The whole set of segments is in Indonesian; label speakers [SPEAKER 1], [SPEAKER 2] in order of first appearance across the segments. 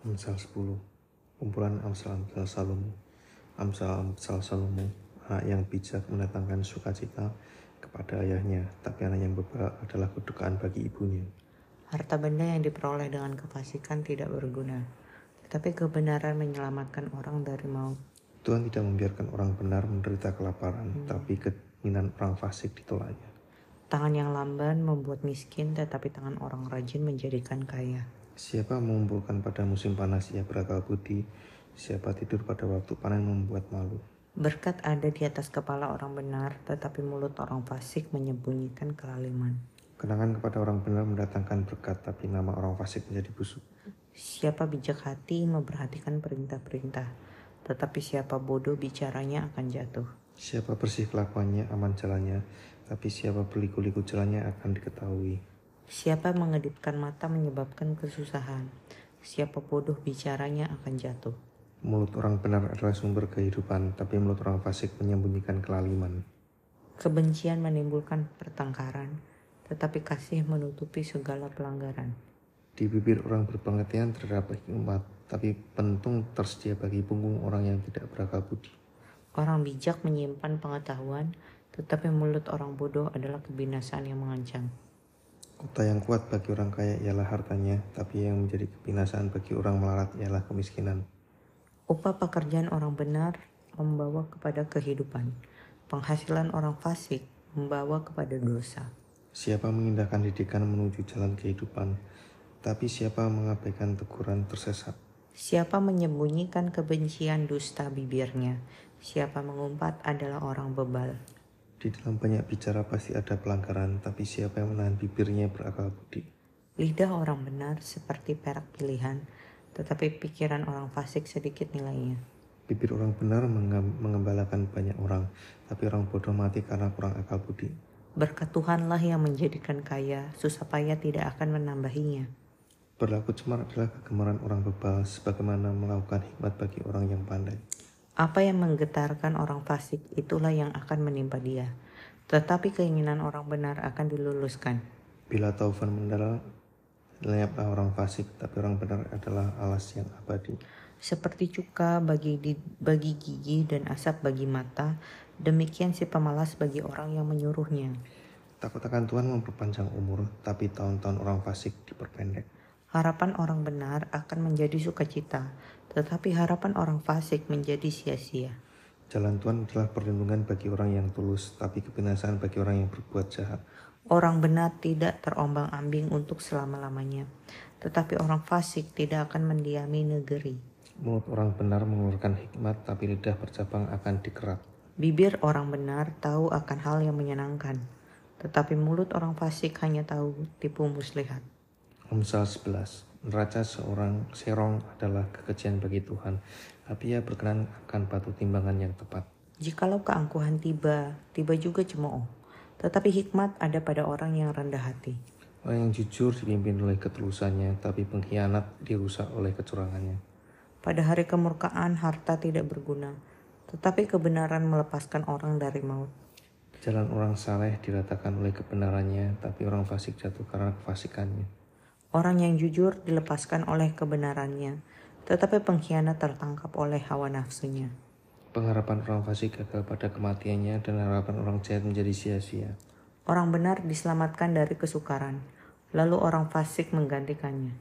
[SPEAKER 1] Amsal 10 Kumpulan Amsal-Amsal Salomo Amsal-Amsal Salomo Anak yang bijak mendatangkan sukacita kepada ayahnya Tapi anak yang bebal adalah kedukaan bagi ibunya
[SPEAKER 2] Harta benda yang diperoleh dengan kefasikan tidak berguna, tetapi kebenaran menyelamatkan orang dari maut.
[SPEAKER 1] Tuhan tidak membiarkan orang benar menderita kelaparan Tapi keinginan orang fasik ditolaknya
[SPEAKER 2] Tangan yang lamban membuat miskin, tetapi tangan orang rajin menjadikan kaya.
[SPEAKER 1] Siapa mengumpulkan pada musim panas ia berakal budi Siapa tidur pada waktu panen membuat malu
[SPEAKER 2] Berkat ada di atas kepala orang benar, tetapi mulut orang fasik menyembunyikan kelaliman.
[SPEAKER 1] Kenangan kepada orang benar mendatangkan berkat Tapi nama orang fasik menjadi busuk
[SPEAKER 2] Siapa bijak hati memperhatikan perintah-perintah, tetapi siapa bodoh bicaranya akan jatuh.
[SPEAKER 1] Siapa bersih kelakuannya aman jalannya, tapi siapa berliku-liku jalannya akan diketahui.
[SPEAKER 2] Siapa mengedipkan mata menyebabkan kesusahan, siapa bodoh bicaranya akan jatuh.
[SPEAKER 1] Mulut orang benar adalah sumber kehidupan, tapi mulut orang fasik menyembunyikan kelaliman.
[SPEAKER 2] Kebencian menimbulkan pertengkaran, tetapi kasih menutupi segala pelanggaran.
[SPEAKER 1] Di bibir orang berpengertian terdapat hikmat, tapi pentung tersedia bagi punggung orang yang tidak berakal budi.
[SPEAKER 2] Orang bijak menyimpan pengetahuan, tetapi mulut orang bodoh adalah kebinasaan yang mengancam.
[SPEAKER 1] Kota yang kuat bagi orang kaya ialah hartanya, tapi yang menjadi kebinasaan bagi orang melarat ialah kemiskinan.
[SPEAKER 2] Upah pekerjaan orang benar membawa kepada kehidupan. Penghasilan orang fasik membawa kepada dosa.
[SPEAKER 1] Siapa mengindahkan didikan menuju jalan kehidupan, tapi siapa mengabaikan teguran tersesat.
[SPEAKER 2] Siapa menyembunyikan kebencian dusta bibirnya, siapa mengumpat adalah orang bebal.
[SPEAKER 1] Di dalam banyak bicara pasti ada pelanggaran, tapi siapa yang menahan bibirnya berakal budi.
[SPEAKER 2] Lidah orang benar seperti perak pilihan, tetapi pikiran orang fasik sedikit nilainya.
[SPEAKER 1] Bibir orang benar mengem- mengembalakan banyak orang, tapi orang bodoh mati karena kurang akal budi.
[SPEAKER 2] Berkat Tuhanlah yang menjadikan kaya, susah payah tidak akan menambahinya.
[SPEAKER 1] Berlaku cemar adalah kegemaran orang bebal, sebagaimana melakukan hikmat bagi orang yang pandai.
[SPEAKER 2] Apa yang menggetarkan orang fasik itulah yang akan menimpa dia. Tetapi keinginan orang benar akan diluluskan.
[SPEAKER 1] Bila taufan mendarat, lenyaplah orang fasik, tapi orang benar adalah alas yang abadi.
[SPEAKER 2] Seperti cuka bagi di- bagi gigi dan asap bagi mata, demikian si pemalas bagi orang yang menyuruhnya.
[SPEAKER 1] Takut akan Tuhan memperpanjang umur, tapi tahun-tahun orang fasik diperpendek.
[SPEAKER 2] Harapan orang benar akan menjadi sukacita, tetapi harapan orang fasik menjadi sia-sia.
[SPEAKER 1] Jalan Tuhan adalah perlindungan bagi orang yang tulus, tapi kebinasaan bagi orang yang berbuat jahat.
[SPEAKER 2] Orang benar tidak terombang-ambing untuk selama-lamanya, tetapi orang fasik tidak akan mendiami negeri.
[SPEAKER 1] Mulut orang benar mengeluarkan hikmat, tapi lidah bercabang akan dikerat.
[SPEAKER 2] Bibir orang benar tahu akan hal yang menyenangkan, tetapi mulut orang fasik hanya tahu tipu muslihat.
[SPEAKER 1] Amsal 11 Neraca seorang serong adalah kekejian bagi Tuhan, tapi ia berkenan akan batu timbangan yang tepat.
[SPEAKER 2] Jikalau keangkuhan tiba, tiba juga cemooh, tetapi hikmat ada pada orang yang rendah hati.
[SPEAKER 1] Orang yang jujur dipimpin oleh ketulusannya, tapi pengkhianat dirusak oleh kecurangannya.
[SPEAKER 2] Pada hari kemurkaan harta tidak berguna, tetapi kebenaran melepaskan orang dari maut.
[SPEAKER 1] Jalan orang saleh diratakan oleh kebenarannya, tapi orang fasik jatuh karena kefasikannya.
[SPEAKER 2] Orang yang jujur dilepaskan oleh kebenarannya, tetapi pengkhianat tertangkap oleh hawa nafsunya.
[SPEAKER 1] Pengharapan orang fasik gagal pada kematiannya dan harapan orang jahat menjadi sia-sia.
[SPEAKER 2] Orang benar diselamatkan dari kesukaran, lalu orang fasik menggantikannya.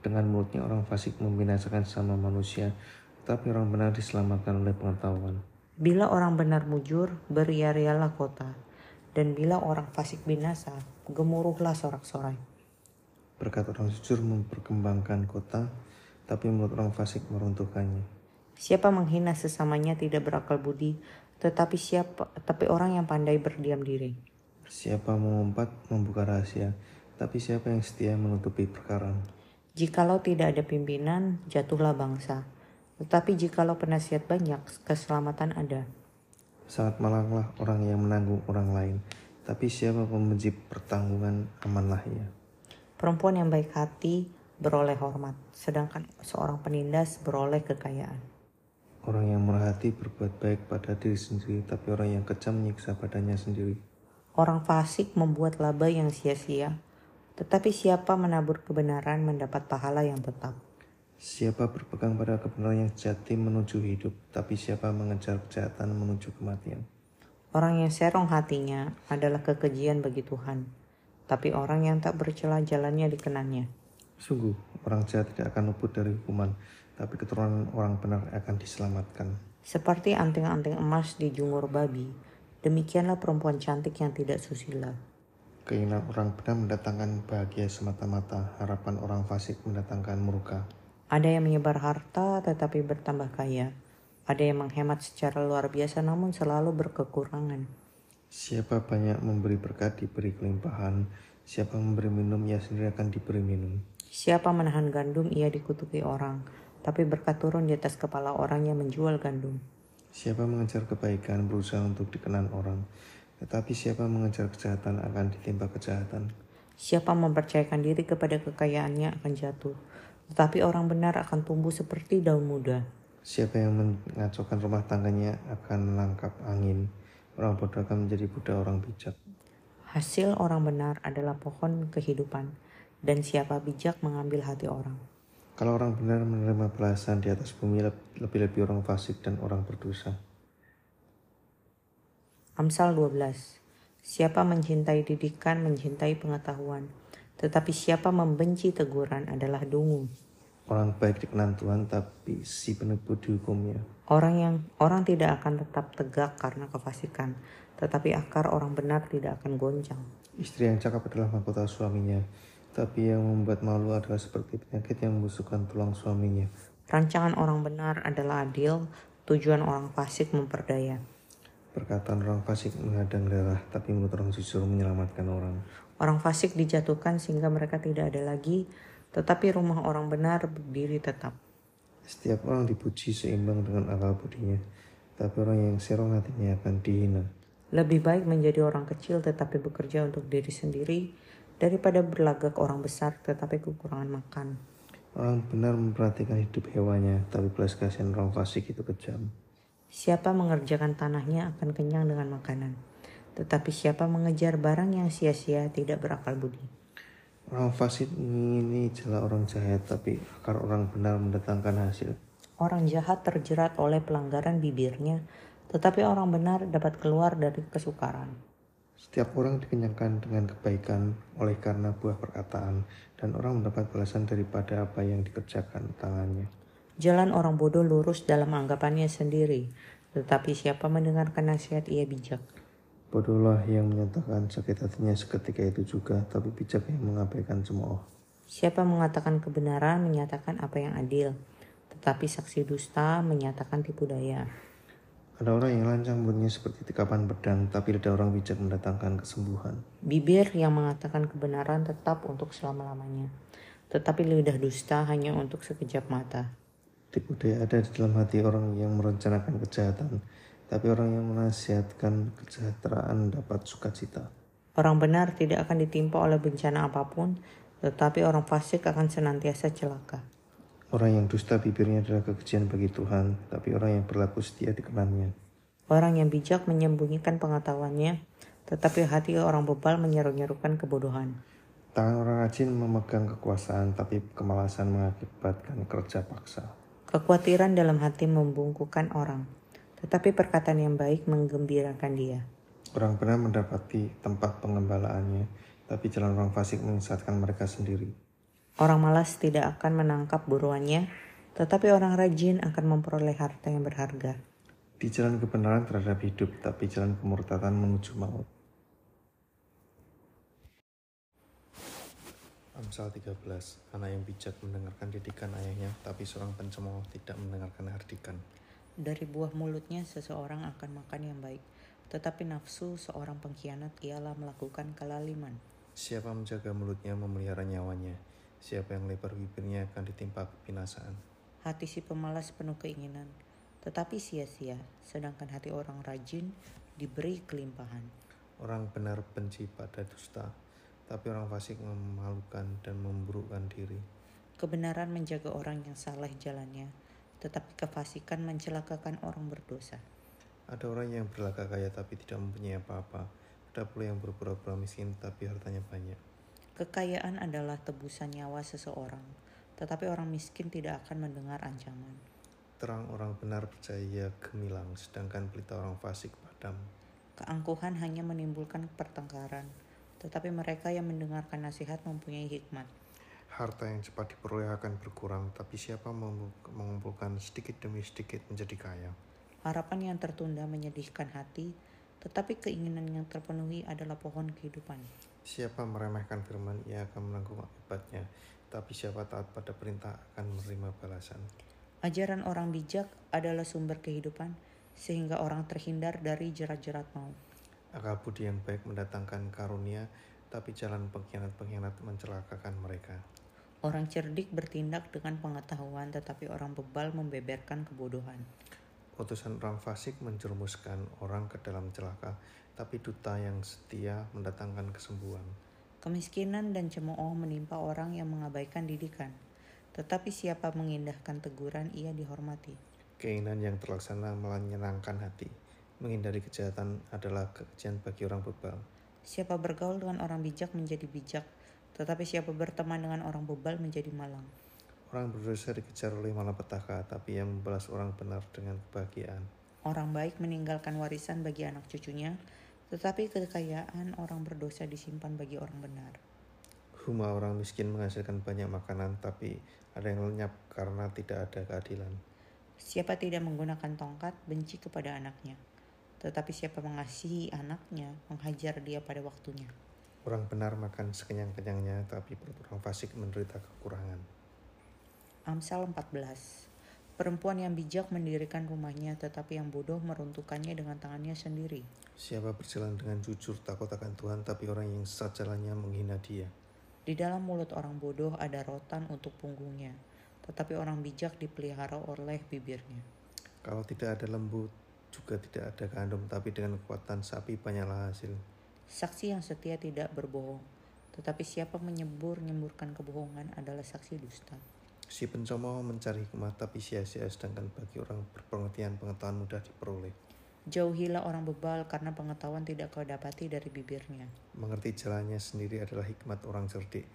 [SPEAKER 1] Dengan mulutnya orang fasik membinasakan sama manusia, tapi orang benar diselamatkan oleh pengetahuan.
[SPEAKER 2] Bila orang benar mujur, beria-rialah kota, dan bila orang fasik binasa, gemuruhlah sorak-sorai.
[SPEAKER 1] Berkat orang jujur memperkembangkan kota, tapi mulut orang fasik meruntuhkannya.
[SPEAKER 2] Siapa menghina sesamanya tidak berakal budi, tetapi siapa tapi orang yang pandai berdiam diri.
[SPEAKER 1] Siapa mengumpat membuka rahasia, tapi siapa yang setia menutupi perkara.
[SPEAKER 2] Jikalau tidak ada pimpinan, jatuhlah bangsa. Tetapi jikalau penasihat banyak, keselamatan ada.
[SPEAKER 1] Sangat malanglah orang yang menanggung orang lain, tapi siapa pembenci pertanggungan amanlah ia.
[SPEAKER 2] Perempuan yang baik hati beroleh hormat, sedangkan seorang penindas beroleh kekayaan.
[SPEAKER 1] Orang yang merhati berbuat baik pada diri sendiri, tapi orang yang kejam menyiksa badannya sendiri.
[SPEAKER 2] Orang fasik membuat laba yang sia-sia, tetapi siapa menabur kebenaran mendapat pahala yang tetap.
[SPEAKER 1] Siapa berpegang pada kebenaran yang jati menuju hidup, tapi siapa mengejar kejahatan menuju kematian.
[SPEAKER 2] Orang yang serong hatinya adalah kekejian bagi Tuhan, tapi orang yang tak bercela jalannya dikenannya.
[SPEAKER 1] Sungguh, orang jahat tidak akan luput dari hukuman, tapi keturunan orang benar akan diselamatkan.
[SPEAKER 2] Seperti anting-anting emas di junggur babi, demikianlah perempuan cantik yang tidak susila.
[SPEAKER 1] Keinginan orang benar mendatangkan bahagia semata-mata, harapan orang fasik mendatangkan murka.
[SPEAKER 2] Ada yang menyebar harta tetapi bertambah kaya. Ada yang menghemat secara luar biasa namun selalu berkekurangan.
[SPEAKER 1] Siapa banyak memberi berkat diberi kelimpahan, siapa memberi minum ia sendiri akan diberi minum.
[SPEAKER 2] Siapa menahan gandum ia dikutuki orang, tapi berkat turun di atas kepala orang yang menjual gandum.
[SPEAKER 1] Siapa mengejar kebaikan berusaha untuk dikenan orang, tetapi siapa mengejar kejahatan akan ditimpa kejahatan.
[SPEAKER 2] Siapa mempercayakan diri kepada kekayaannya akan jatuh, tetapi orang benar akan tumbuh seperti daun muda.
[SPEAKER 1] Siapa yang mengacaukan rumah tangganya akan menangkap angin. Orang bodoh akan menjadi budak orang bijak.
[SPEAKER 2] Hasil orang benar adalah pohon kehidupan, dan siapa bijak mengambil hati orang.
[SPEAKER 1] Kalau orang benar menerima belasan di atas bumi leb- lebih-lebih orang fasik dan orang berdosa.
[SPEAKER 2] Amsal 12. Siapa mencintai didikan mencintai pengetahuan, tetapi siapa membenci teguran adalah dungu.
[SPEAKER 1] Orang baik dikenan Tuhan, tapi si penipu dihukumnya.
[SPEAKER 2] Orang yang orang tidak akan tetap tegak karena kefasikan, tetapi akar orang benar tidak akan goncang.
[SPEAKER 1] Istri yang cakap adalah mahkota suaminya, tapi yang membuat malu adalah seperti penyakit yang membusukkan tulang suaminya.
[SPEAKER 2] Rancangan orang benar adalah adil, tujuan orang fasik memperdaya.
[SPEAKER 1] Perkataan orang fasik menghadang darah, tapi mulut orang jujur menyelamatkan orang.
[SPEAKER 2] Orang fasik dijatuhkan sehingga mereka tidak ada lagi, tetapi rumah orang benar berdiri tetap.
[SPEAKER 1] Setiap orang dipuji seimbang dengan akal budinya, tapi orang yang serong hatinya akan dihina.
[SPEAKER 2] Lebih baik menjadi orang kecil tetapi bekerja untuk diri sendiri daripada berlagak orang besar tetapi kekurangan makan.
[SPEAKER 1] Orang benar memperhatikan hidup hewannya, tapi belas kasihan orang fasik itu kejam.
[SPEAKER 2] Siapa mengerjakan tanahnya akan kenyang dengan makanan, tetapi siapa mengejar barang yang sia-sia tidak berakal budi.
[SPEAKER 1] Orang fasik mengingini jala orang jahat, tapi akar orang benar mendatangkan hasil.
[SPEAKER 2] Orang jahat terjerat oleh pelanggaran bibirnya, tetapi orang benar dapat keluar dari kesukaran.
[SPEAKER 1] Setiap orang dikenyangkan dengan kebaikan oleh karena buah perkataan, dan orang mendapat balasan daripada apa yang dikerjakan tangannya.
[SPEAKER 2] Jalan orang bodoh lurus dalam anggapannya sendiri, tetapi siapa mendengarkan nasihat ia bijak.
[SPEAKER 1] Bodohlah yang menyatakan sakit hatinya seketika itu juga, tapi bijak yang mengabaikan cemooh.
[SPEAKER 2] Siapa mengatakan kebenaran menyatakan apa yang adil, tetapi saksi dusta menyatakan tipu daya.
[SPEAKER 1] Ada orang yang lancang bunyinya seperti tikapan pedang, tapi lidah orang bijak mendatangkan kesembuhan.
[SPEAKER 2] Bibir yang mengatakan kebenaran tetap untuk selama-lamanya, tetapi lidah dusta hanya untuk sekejap mata.
[SPEAKER 1] Tipu daya ada di dalam hati orang yang merencanakan kejahatan, tapi orang yang menasihatkan kesejahteraan dapat sukacita.
[SPEAKER 2] Orang benar tidak akan ditimpa oleh bencana apapun, tetapi orang fasik akan senantiasa celaka.
[SPEAKER 1] Orang yang dusta bibirnya adalah kekejian bagi Tuhan, tapi orang yang berlaku setia dikenannya.
[SPEAKER 2] Orang yang bijak menyembunyikan pengetahuannya, tetapi hati orang bebal menyeru-nyerukan kebodohan.
[SPEAKER 1] Tangan orang rajin memegang kekuasaan, tapi kemalasan mengakibatkan kerja paksa.
[SPEAKER 2] Kekhawatiran dalam hati membungkukan orang, tetapi perkataan yang baik menggembirakan dia.
[SPEAKER 1] Orang benar mendapati tempat pengembalaannya, tapi jalan orang fasik menyesatkan mereka sendiri.
[SPEAKER 2] Orang malas tidak akan menangkap buruannya, tetapi orang rajin akan memperoleh harta yang berharga.
[SPEAKER 1] Di jalan kebenaran terhadap hidup, tapi jalan kemurtatan menuju maut. Amsal 13, anak yang bijak mendengarkan didikan ayahnya, tapi seorang pencemooh tidak mendengarkan hardikan.
[SPEAKER 2] Dari buah mulutnya seseorang akan makan yang baik, tetapi nafsu seorang pengkhianat ialah melakukan kelaliman.
[SPEAKER 1] Siapa menjaga mulutnya memelihara nyawanya, siapa yang lebar bibirnya akan ditimpa kebinasaan.
[SPEAKER 2] Hati si pemalas penuh keinginan, tetapi sia-sia, sedangkan hati orang rajin diberi kelimpahan.
[SPEAKER 1] Orang benar benci pada dusta, tapi orang fasik memalukan dan memburukkan diri.
[SPEAKER 2] Kebenaran menjaga orang yang salah jalannya, tetapi kefasikan mencelakakan orang berdosa.
[SPEAKER 1] Ada orang yang berlagak kaya tapi tidak mempunyai apa-apa. Ada pula yang berpura-pura miskin tapi hartanya banyak.
[SPEAKER 2] Kekayaan adalah tebusan nyawa seseorang, tetapi orang miskin tidak akan mendengar ancaman.
[SPEAKER 1] Terang orang benar percaya gemilang, sedangkan pelita orang fasik padam.
[SPEAKER 2] Keangkuhan hanya menimbulkan pertengkaran, tetapi mereka yang mendengarkan nasihat mempunyai hikmat.
[SPEAKER 1] Harta yang cepat diperoleh akan berkurang, tapi siapa mem- mengumpulkan sedikit demi sedikit menjadi kaya.
[SPEAKER 2] Harapan yang tertunda menyedihkan hati, tetapi keinginan yang terpenuhi adalah pohon kehidupan.
[SPEAKER 1] Siapa meremehkan firman, ia akan menanggung akibatnya. Tapi siapa taat pada perintah akan menerima balasan.
[SPEAKER 2] Ajaran orang bijak adalah sumber kehidupan, sehingga orang terhindar dari jerat-jerat maut.
[SPEAKER 1] Akal budi yang baik mendatangkan karunia, tapi jalan pengkhianat-pengkhianat mencelakakan mereka.
[SPEAKER 2] Orang cerdik bertindak dengan pengetahuan, tetapi orang bebal membeberkan kebodohan.
[SPEAKER 1] Utusan orang fasik menjerumuskan orang ke dalam celaka, tapi duta yang setia mendatangkan kesembuhan.
[SPEAKER 2] Kemiskinan dan cemooh menimpa orang yang mengabaikan didikan, tetapi siapa mengindahkan teguran ia dihormati.
[SPEAKER 1] Keinginan yang terlaksana menyenangkan hati. Menghindari kejahatan adalah kekejian bagi orang bebal.
[SPEAKER 2] Siapa bergaul dengan orang bijak menjadi bijak, tetapi siapa berteman dengan orang bebal menjadi malang.
[SPEAKER 1] Orang berdosa dikejar oleh malapetaka, tapi yang membalas orang benar dengan kebahagiaan.
[SPEAKER 2] Orang baik meninggalkan warisan bagi anak cucunya, tetapi kekayaan orang berdosa disimpan bagi orang benar.
[SPEAKER 1] Huma orang miskin menghasilkan banyak makanan, tapi ada yang lenyap karena tidak ada keadilan.
[SPEAKER 2] Siapa tidak menggunakan tongkat benci kepada anaknya, tetapi siapa mengasihi anaknya menghajar dia pada waktunya.
[SPEAKER 1] Orang benar makan sekenyang-kenyangnya, tapi perut orang fasik menderita kekurangan.
[SPEAKER 2] Amsal 14 Perempuan yang bijak mendirikan rumahnya, tetapi yang bodoh meruntuhkannya dengan tangannya sendiri.
[SPEAKER 1] Siapa berjalan dengan jujur takut akan Tuhan, tapi orang yang sesat jalannya menghina dia.
[SPEAKER 2] Di dalam mulut orang bodoh ada rotan untuk punggungnya, tetapi orang bijak dipelihara oleh bibirnya.
[SPEAKER 1] Kalau tidak ada lembu, juga tidak ada gandum, tapi dengan kekuatan sapi banyaklah hasil.
[SPEAKER 2] Saksi yang setia tidak berbohong, tetapi siapa menyebur-nyemburkan kebohongan adalah saksi dusta.
[SPEAKER 1] Si pencemooh mencari hikmah, tapi sia-sia sedangkan bagi orang berpengertian pengetahuan mudah diperoleh.
[SPEAKER 2] Jauhilah orang bebal karena pengetahuan tidak kau dapati dari bibirnya.
[SPEAKER 1] Mengerti jalannya sendiri adalah hikmat orang cerdik,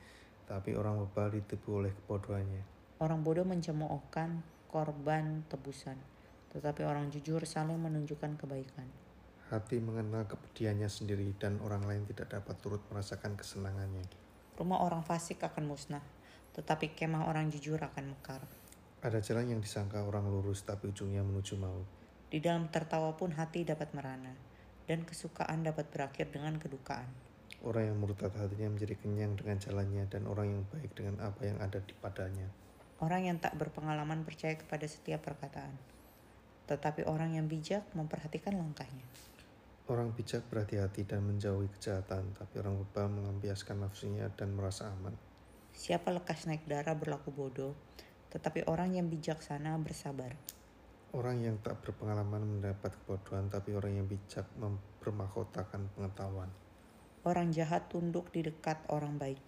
[SPEAKER 1] tapi orang bebal ditipu oleh kebodohannya.
[SPEAKER 2] Orang bodoh mencemoohkan korban tebusan, tetapi orang jujur saling menunjukkan kebaikan.
[SPEAKER 1] Hati mengenal kepedihannya sendiri dan orang lain tidak dapat turut merasakan kesenangannya.
[SPEAKER 2] Rumah orang fasik akan musnah, tetapi kemah orang jujur akan mekar.
[SPEAKER 1] Ada jalan yang disangka orang lurus tapi ujungnya menuju maut.
[SPEAKER 2] Di dalam tertawa pun hati dapat merana, dan kesukaan dapat berakhir dengan kedukaan.
[SPEAKER 1] Orang yang murtad hatinya menjadi kenyang dengan jalannya dan orang yang baik dengan apa yang ada di padanya.
[SPEAKER 2] Orang yang tak berpengalaman percaya kepada setiap perkataan, tetapi orang yang bijak memperhatikan langkahnya.
[SPEAKER 1] Orang bijak berhati-hati dan menjauhi kejahatan, tapi orang bebal melampiaskan nafsunya dan merasa aman.
[SPEAKER 2] Siapa lekas naik darah berlaku bodoh, tetapi orang yang bijaksana bersabar.
[SPEAKER 1] Orang yang tak berpengalaman mendapat kebodohan, tapi orang yang bijak mempermahkotakan pengetahuan.
[SPEAKER 2] Orang jahat tunduk di dekat orang baik.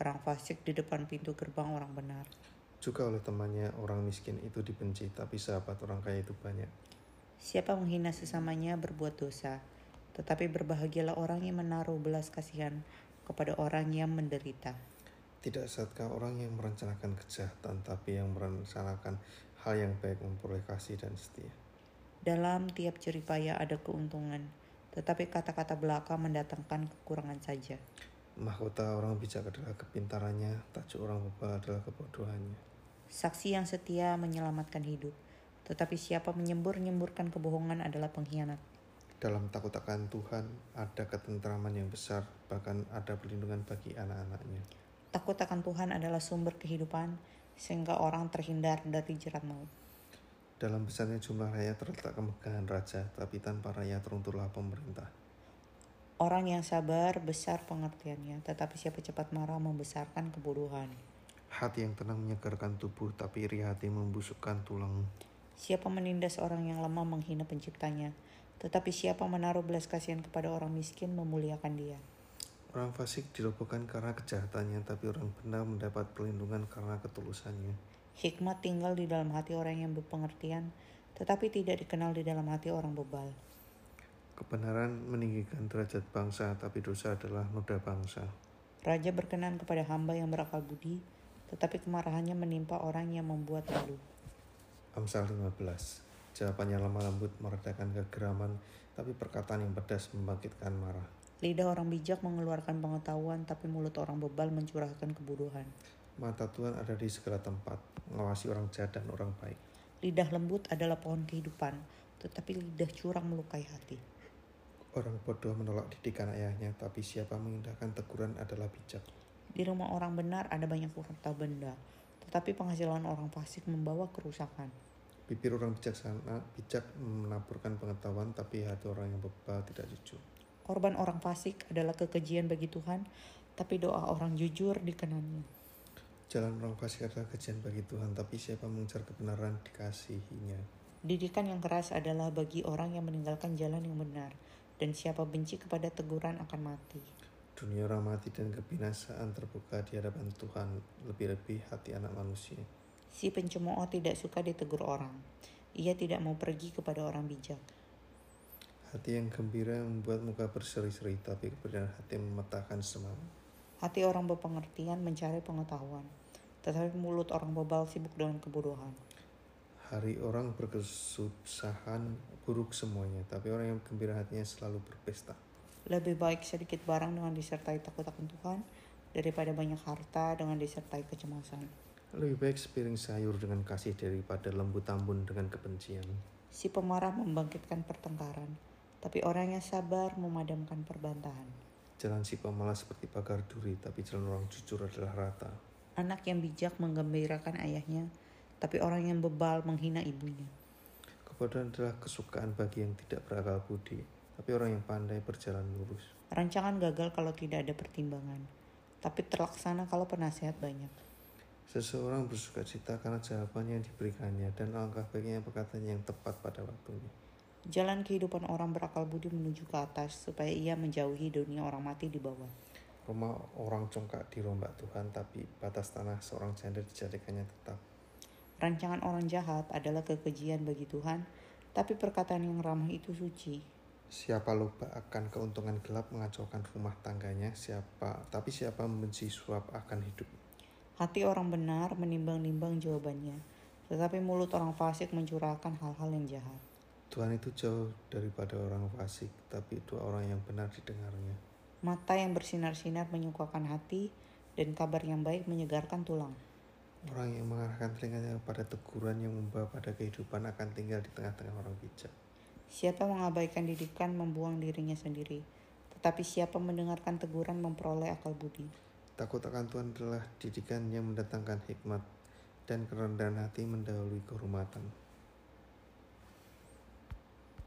[SPEAKER 2] Orang fasik di depan pintu gerbang orang benar.
[SPEAKER 1] Juga oleh temannya, orang miskin itu dibenci, tapi sahabat orang kaya itu banyak.
[SPEAKER 2] Siapa menghina sesamanya berbuat dosa, tetapi berbahagialah orang yang menaruh belas kasihan kepada orang yang menderita.
[SPEAKER 1] Tidak satkah orang yang merencanakan kejahatan, tapi yang merencanakan hal yang baik memperoleh kasih dan setia.
[SPEAKER 2] Dalam tiap jeripaya ada keuntungan, tetapi kata-kata belaka mendatangkan kekurangan saja.
[SPEAKER 1] Mahkota orang bijak adalah kepintarannya, tajuk orang bebal adalah kebodohannya.
[SPEAKER 2] Saksi yang setia menyelamatkan hidup, tetapi siapa menyembur-nyemburkan kebohongan adalah pengkhianat.
[SPEAKER 1] Dalam takut akan Tuhan, ada ketentraman yang besar, bahkan ada perlindungan bagi anak-anaknya.
[SPEAKER 2] Takut akan Tuhan adalah sumber kehidupan, sehingga orang terhindar dari jerat maut.
[SPEAKER 1] Dalam besarnya jumlah rakyat terletak kemegahan raja, tapi tanpa rakyat runtuhlah pemerintah.
[SPEAKER 2] Orang yang sabar besar pengertiannya, tetapi siapa cepat marah membesarkan kebodohan.
[SPEAKER 1] Hati yang tenang menyegarkan tubuh, tapi iri hati membusukkan tulang.
[SPEAKER 2] Siapa menindas orang yang lemah menghina penciptanya, tetapi siapa menaruh belas kasihan kepada orang miskin memuliakan dia.
[SPEAKER 1] Orang fasik dirobohkan karena kejahatannya, tapi orang benar mendapat perlindungan karena ketulusannya.
[SPEAKER 2] Hikmat tinggal di dalam hati orang yang berpengertian, tetapi tidak dikenal di dalam hati orang bebal.
[SPEAKER 1] Kebenaran meninggikan derajat bangsa, tapi dosa adalah noda bangsa.
[SPEAKER 2] Raja berkenan kepada hamba yang berakal budi, tetapi kemarahannya menimpa orang yang membuat malu.
[SPEAKER 1] Amsal 15. Jawabannya lemah lembut meredakan kegeraman, tapi perkataan yang pedas membangkitkan marah.
[SPEAKER 2] Lidah orang bijak mengeluarkan pengetahuan, tapi mulut orang bebal mencurahkan keburuhan.
[SPEAKER 1] Mata Tuhan ada di segala tempat, mengawasi orang jahat dan orang baik.
[SPEAKER 2] Lidah lembut adalah pohon kehidupan, tetapi lidah curang melukai hati.
[SPEAKER 1] Orang bodoh menolak didikan ayahnya, tapi siapa mengindahkan teguran adalah bijak.
[SPEAKER 2] Di rumah orang benar ada banyak harta benda, tetapi penghasilan orang fasik membawa kerusakan.
[SPEAKER 1] Bibir orang bijaksana bijak menaburkan pengetahuan, tapi hati orang yang bebal tidak jujur.
[SPEAKER 2] Korban orang fasik adalah kekejian bagi Tuhan, tapi doa orang jujur dikenannya.
[SPEAKER 1] Jalan orang fasik adalah kejian bagi Tuhan, tapi siapa mengejar kebenaran dikasihinya.
[SPEAKER 2] Didikan yang keras adalah bagi orang yang meninggalkan jalan yang benar, dan siapa benci kepada teguran akan mati.
[SPEAKER 1] Dunia orang mati dan kebinasaan terbuka di hadapan Tuhan, lebih-lebih hati anak manusia.
[SPEAKER 2] Si pencemooh tidak suka ditegur orang. Ia tidak mau pergi kepada orang bijak.
[SPEAKER 1] Hati yang gembira membuat muka berseri-seri, tapi keberadaan hati mematahkan semangat.
[SPEAKER 2] Hati orang berpengertian mencari pengetahuan, tetapi mulut orang bebal sibuk dengan kebodohan.
[SPEAKER 1] Hari orang berkesusahan buruk semuanya, tapi orang yang gembira hatinya selalu berpesta.
[SPEAKER 2] Lebih baik sedikit barang dengan disertai takut akan Tuhan daripada banyak harta dengan disertai kecemasan.
[SPEAKER 1] Lebih baik sepiring sayur dengan kasih daripada lembu tambun dengan kebencian.
[SPEAKER 2] Si pemarah membangkitkan pertengkaran, tapi orang yang sabar memadamkan perbantahan.
[SPEAKER 1] Jalan si pemalas seperti pagar duri, tapi jalan orang jujur adalah rata.
[SPEAKER 2] Anak yang bijak menggembirakan ayahnya, tapi orang yang bebal menghina ibunya.
[SPEAKER 1] Kebodohan adalah kesukaan bagi yang tidak berakal budi, tapi orang yang pandai berjalan lurus.
[SPEAKER 2] Rancangan gagal kalau tidak ada pertimbangan, tapi terlaksana kalau penasehat banyak.
[SPEAKER 1] Seseorang bersuka cita karena jawaban yang diberikannya dan langkah baiknya perkataan yang tepat pada waktunya.
[SPEAKER 2] Jalan kehidupan orang berakal budi menuju ke atas supaya ia menjauhi dunia orang mati di bawah.
[SPEAKER 1] Rumah orang congkak dirombak Tuhan, tapi batas tanah seorang janda dijadikannya tetap.
[SPEAKER 2] Rancangan orang jahat adalah kekejian bagi Tuhan, tapi perkataan yang ramah itu suci.
[SPEAKER 1] Siapa lupa akan keuntungan gelap mengacaukan rumah tangganya, siapa tapi siapa membenci suap akan hidup.
[SPEAKER 2] Hati orang benar menimbang-nimbang jawabannya, tetapi mulut orang fasik mencurahkan hal-hal yang jahat.
[SPEAKER 1] Tuhan itu jauh daripada orang fasik, tapi dua orang yang benar didengarnya.
[SPEAKER 2] Mata yang bersinar-sinar menyukakan hati, dan kabar yang baik menyegarkan tulang.
[SPEAKER 1] Orang yang mengarahkan telinganya pada teguran yang membawa pada kehidupan akan tinggal di tengah-tengah orang bijak.
[SPEAKER 2] Siapa mengabaikan didikan membuang dirinya sendiri, tetapi siapa mendengarkan teguran memperoleh akal budi.
[SPEAKER 1] Takut akan Tuhan adalah didikan yang mendatangkan hikmat dan kerendahan hati mendahului kehormatan.